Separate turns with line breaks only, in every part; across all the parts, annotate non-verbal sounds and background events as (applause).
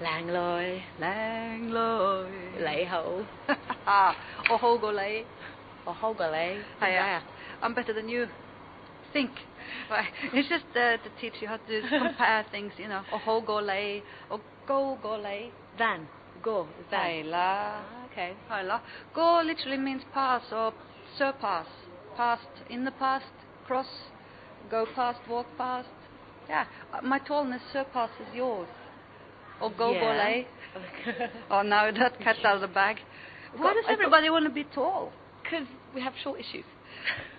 靚女，
靚女， (laughs)
你好，
啊，我好過你，
我好過你，
係啊，I'm better than you。Think, right? It's just uh, to teach you how to compare things, you know. Oh, 我好過你，我高過你，
，van go van，
係啦。
(laughs) ，OK，
Hi, la. Go literally means pass or surpass. Past, in the past, cross, go past, walk past. Yeah, uh, my tallness surpasses yours. Or go
Yeah.
volley. Oh no, (laughs) that cat's out of the bag. Why
Go-
does
I thought-
everybody want to be tall?
Because we have short issues.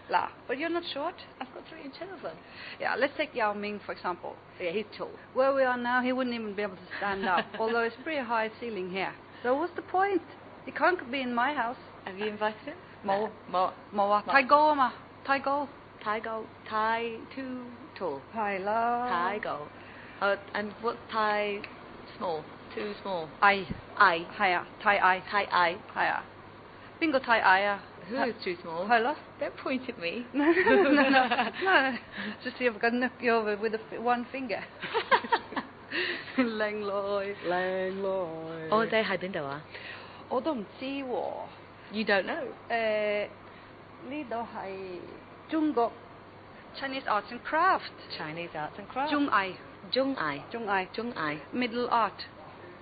La, but you're not short.
I've got three children.
Yeah, let's take Yao Ming for example.
(laughs) Yeah, he's tall.
Where we are now, he wouldn't even be able to stand (laughs) up, although it's pretty high ceiling here. So what's the point? He can't be in my house.
Have you invited him?
Mo.
Mo.
Moa,
Ma-
tai go, ma, tai go.
Tiger. Thai too tall.
Hi, la.
Tiger. Uh, and what's Thai small? Too small.
I.
I.
Hiya. Thai I.
Thai I.
Hiya. Bingo Thai I.
Who is too small?
Hello?
Don't point at me.
No, no, no, no. no. (laughs) Just see if I can knock you over with a f- one finger. Lang loi. Lang loi.
Oh, they had Bindo are.
Ô đồng chí wo.
You don't know.
Ờ, lý đó hay Trung Quốc. Chinese Arts and Craft.
Chinese arts and crafts.
Trung Ai.
Jung Ai.
Trung Ai.
Jung Ai.
Middle Art.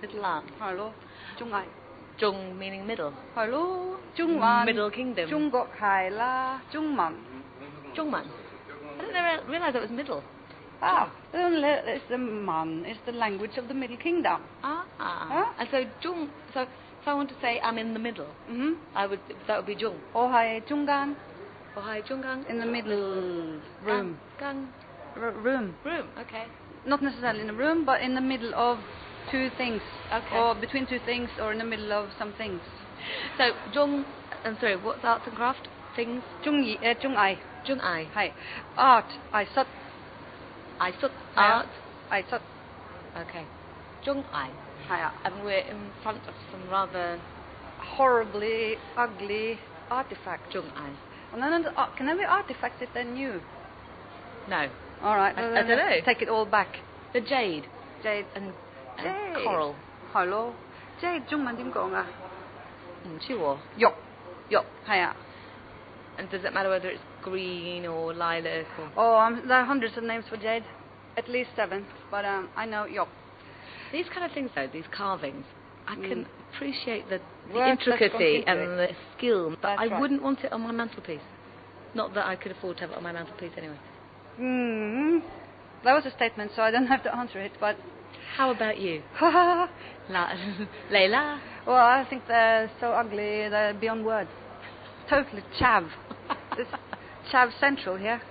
Middle art.
Hello. Trung Ai.
Jung meaning middle.
Hello. Trung Hoa.
Middle Kingdom.
Trung Quốc hài là Trung Mẫn.
Jungman. I didn't ever realise it was middle.
Ah, it's the man. It's the language of the Middle Kingdom.
Ah.
Huh?
And so Jung. So if I want to say I'm in the middle,
Mm-hmm.
I would. That would be Jung.
Or hai Chungan
Oh hi, Jung Gang. Ah,
in the middle room.
Gang.
R- room.
Room. Okay.
Not necessarily in a room, but in the middle of two things.
Okay.
Or between two things, or in the middle of some things.
So Jung. I'm sorry. What's arts and craft things?
Chung Yi, uh, Chung Ai.
Jung Ai.
Hai. Art. I sat.
I took
Hi.
art.
I sat.
Okay. Jung Ai.
Hi.
And we're in front of some rather
Horribly ugly artifact.
Jung Ai.
Oh, no, no, no. uh, Can I be artifact if they're new?
No.
All right.
I-
no,
I
no, no.
dunno.
Take it all back.
The jade
Jade.
and, and
Jade.
coral.
Hello. Jade 中文點講啊？
Mm, she wore.
ah.
And does it matter whether it's green or lilac or
Oh, um, there are hundreds of names for jade. At least seven. But um, I know 玉.
these kind of things though, these carvings. I can appreciate the, the
Work Mm. that's gone
intricacy
into
and the skill, but
That's
I
right.
wouldn't want it on my mantelpiece. Not that I could afford to have it on my mantelpiece anyway.
Hmm. That was a statement, so I don't (laughs) have to answer it. But
How about you,
well,
La- (laughs)
(laughs)
Leila?
I think they're so ugly. They're beyond words. Totally chav. it's chav central here.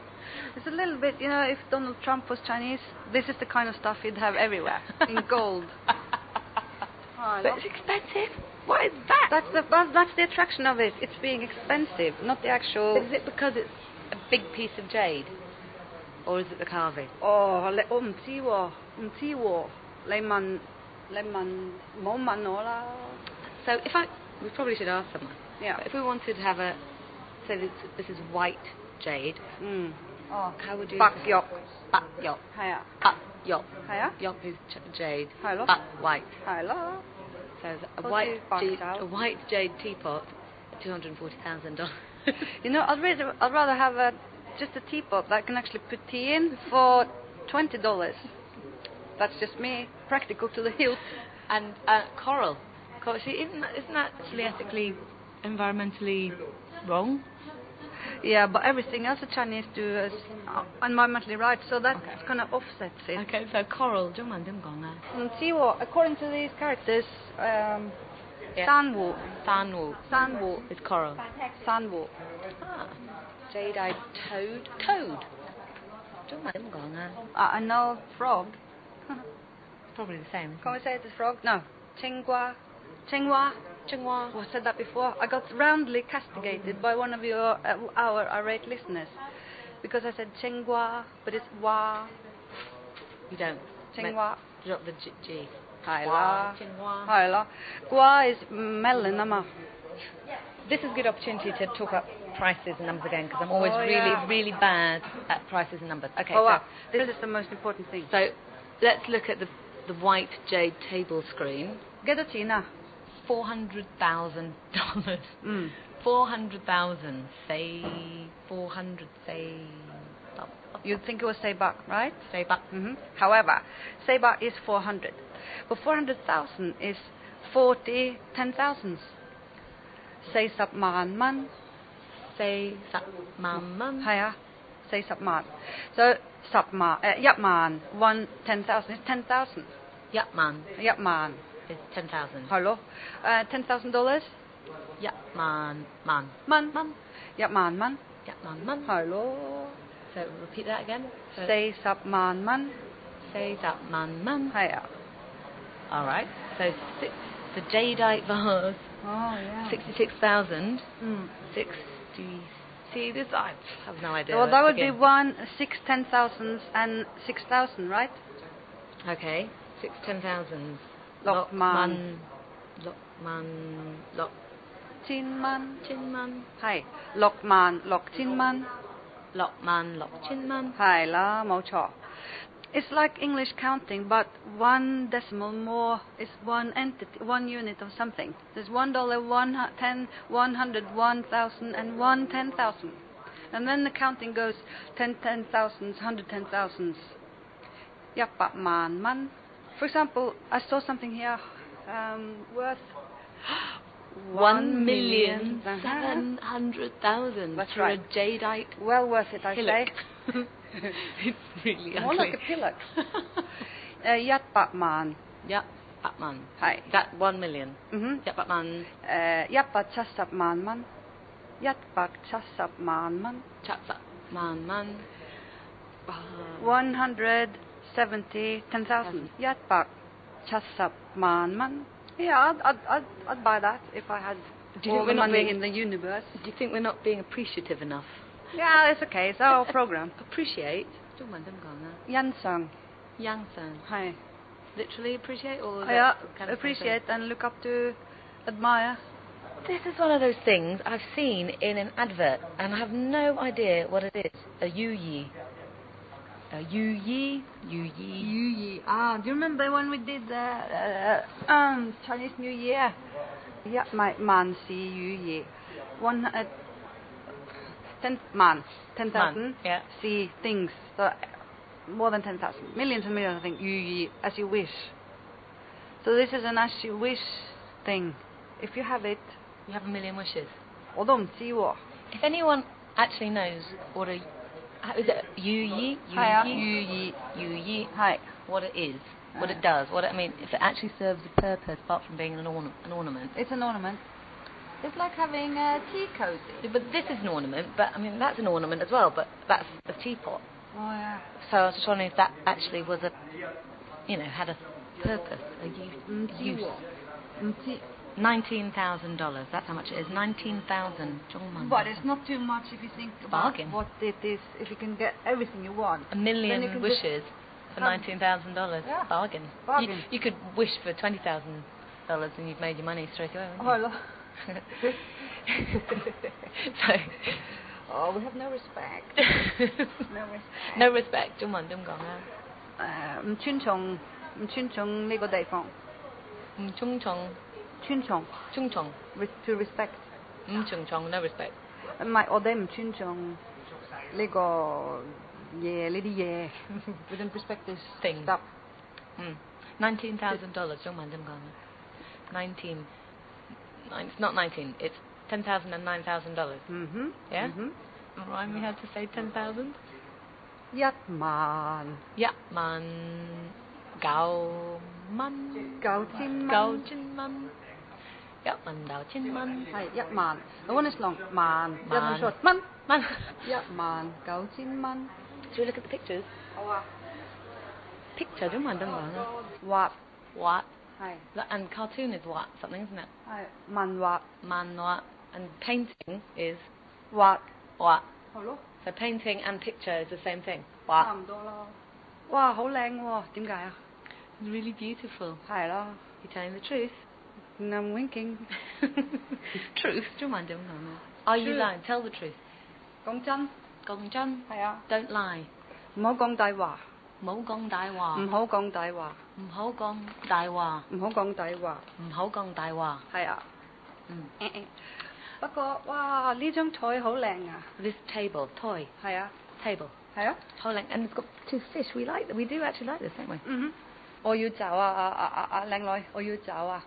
It's a little bit, you know, if Donald Trump was Chinese, this is the kind of stuff he'd have everywhere in gold. Ah,
But it's expensive. Why is that?
That's the well, that's the attraction of it. It's being expensive, not the actual.
Is it because it's a big piece of jade, or is it the carving?
Oh, le, oh, 唔知喎，唔知喎，你問你問，冇問我啦。
So if I, we probably should ask someone.
Yeah.
But if we wanted to have a, so this, this is white jade.
嗯。哦。
How would you?
Bakyok.
Bat yok. Bat yok. Yok is ch- jade.
Hello.
Bat white.
係啊，係咯。
So a
What
white
is bat
jade,
yolk?
a white jade teapot, two hundred forty thousand dollars.
You know, I'd rather I'd rather have a just a teapot that I can actually put tea in for twenty dollars. That's just me, practical to the hilt.
and uh, coral. Coral. See, isn't that, isn't that actually ethically, environmentally wrong?
Yeah, but everything else the Chinese do is uh, environmentally right, so that kind of offsets it.
Okay. So coral. 中文怎么讲啊？
Mm, Siwo, according to these characters, um,
Yeah.
Sanwo,
Sanwo
Sanwo,
is coral.
Sanwo.
Ah, jade-eyed toad. Toad. Don't mind them going there.
Uh, I know frog.
Probably the same.
Can we say it's a frog? No. Chinghua. Chinghua.
Chinghua.
Oh, I said that before. I got roundly castigated by one of your uh, our irate listeners because I said Chinghua, but it's Wa.
You don't.
Chinghua.
Me- Drop the G. G.
Haila.
Chinghua.
Haila. Gua is melon, ama.
This is a good opportunity to talk about prices and numbers again because I'm always
Oh,
really,
yeah.
really bad at prices and numbers. Okay,
Oh,
so,
wow. This is the most important thing.
so let's look at the the white jade table screen,
Ghedotina.
four hundred thousand dollars. (laughs)
Mm.
Four hundred thousand, say four hundred, say, up, up,
You'd think it was Seibach, right?
say back.
hmm However, Seibach is 400. But 400,000 is 40 ten thousands. Say sub man man.
say that mum mum.
Hiya. Say sub man. So sub man. Uh, yap man. One ten thousand (laughs) is ten thousand.
Yap man
Yap man.
is ten thousand.
Hello. Uh, ten thousand dollars.
Yap man man.
Man man. Yap man man.
Yap man man.
Hello.
So repeat that again. So
Say sub man man.
say that man man.
Hiya.
All right. So six, the jadeite vase,
Oh yeah.
sixty-six thousand
Mm.
sixty. See this? I have no idea.
Well, that
Let's
would be
begin.
one six ten thousands and six thousand, right?
Okay, six ten thousands.
Lokman.
Lokman.
Tin man.
Lokchinman.
Hi. Lok man. Lok tin man.
Lokman. Lokchinman.
Hi la mo cho. It's like English counting, but one decimal more is one entity, one unit of something. There's one dollar, one hu- ten, one hundred, one thousand, and one ten thousand. And then the counting goes ten ten thousands, hundred ten thousands. Yappa man man. For example, I saw something here um, worth
(gasps) One million
Uh-huh.
seven hundred thousand
That's
for
right.
a jadeite
Well worth it, I (laughs)
hillock.
say.
(laughs) it's really
More like
ugly.
a
(laughs)
pillock. uh, Yappa man.
Yep, Batman.
Hi.
That one million.
Mm-hmm.
Yep, Batman.
Eh, Jappa chassab maanman. Jappa chassab maanman.
Chats up. Man, man. Uh,
170, 10,000. Jappa chassab maanman. Yeah, I'd, I'd, I'd, I'd buy that if I had
Do you
all
think
the
we're not
money
being-
in the
(laughs)
universe.
do you think we're not being appreciative enough?
Yeah, it's okay. It's our
(laughs)
program.
Appreciate. Don't mind them gone now.
Jansson.
Yang san.
Hi.
Literally appreciate or is
Yeah,
that kind of
appreciate and look up to, admire.
This is one of those things I've seen in an advert and I have no idea what it is. A yu yi. A yu yi. Yu yi.
Yuyi. Ah, do you remember when we did the uh, um, Chinese New Year? Yeah, my man si yuyi. One uh, ten man, ten thousand.
yeah.
Si things. So uh, more than ten thousand, millions and millions. I think yuyi as you wish. So this is an as you wish thing. If you have it,
You have a million wishes.
odom si wo.
If anyone actually knows what a how is it yu yi
Hiya.
yu yi yu yi
Hi.
what it is, what
Ah.
it does, what it, I mean, if it actually serves a purpose apart from being an, orna- an ornament.
It's an ornament. It's like having a tea cozy.
But this is an ornament, but I mean that's an ornament as well, but that's a teapot.
Oh yeah.
So I was just wondering if that actually was a, you know, had a purpose, a use.
Mm,
a use.
teawok. Mm, tea.
Nineteen thousand dollars. That's how much it is. Nineteen thousand. Zhongman.
But it's not too much if you think about
Bargain.
what it is, if you can get everything
(laughs)
you want.
a
Then you
million
can
wishes for
have-
nineteen thousand dollars.
Yeah.
Bargain. You,
Bargain.
you could wish for twenty thousand dollars and you've made your money straight away. wouldn't you?
Oh, lo-
so.
(laughs)
(laughs)
oh, we have no respect. No respect.
no respect, 中文咁講啦。
Uh, 唔尊重-唔尊重呢個地方。尊重，
唔尊重，尊重，唔尊重，no
re- to respect.
respect。
唔係，我哋唔尊重呢個嘢，呢啲嘢。We don't respect this
Thing.
stuff.
嗯，19,000 dollars，中文咁講啦。Nineteen- nine- It's not 19, it's 10,000 and 9,000 dollars.
Mhm,
Yeah?
mhm.
Remind me how to say 10,000?
一萬九千蚊。
一萬九蚊，九千蚊，一萬九千蚊，
係，一萬。The one is long. 萬，
萬。
the other is short. 蚊。
蚊。
一萬九千蚊。
Do you look at the pictures? Picture 中文咁講啦。What? The- And cartoon is what? Something, isn't it?
畫，係，文畫，畫。
Manwa. And painting is what? So painting and picture is the same thing. What?
差唔多啦。哇，好靚喎，點解啊？係咯，
Really beautiful. You're telling the truth. (laughs)
and I'm winking.
truth. Do you mind doing that? Are you
Truth.
lying? Tell the truth. 講真，don't lie. 冇講大話。Mm.
講真，係啊，唔好講大話，唔好講大話，
唔好講大話，
唔好講底話，
唔好講大話。
係啊。
嗯
不過哇，呢張台好靚啊！
，this table toy
係啊，
table
係啊。
toy like and it's got two fish. We like we do actually like this, don't we?
嗯哼，我要走啊啊啊啊啊！靚女，我要走啊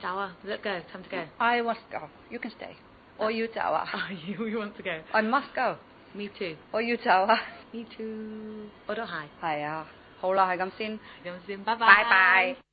走啊，let's go, time to go.
！I want to go. You can stay. 我要走啊
(laughs) Oh, you you want to go?
！I must go.
Me too.
我要走啊！
Me too. 我都係。
係啊，好啦，係咁先，
咁先，拜拜。
拜拜。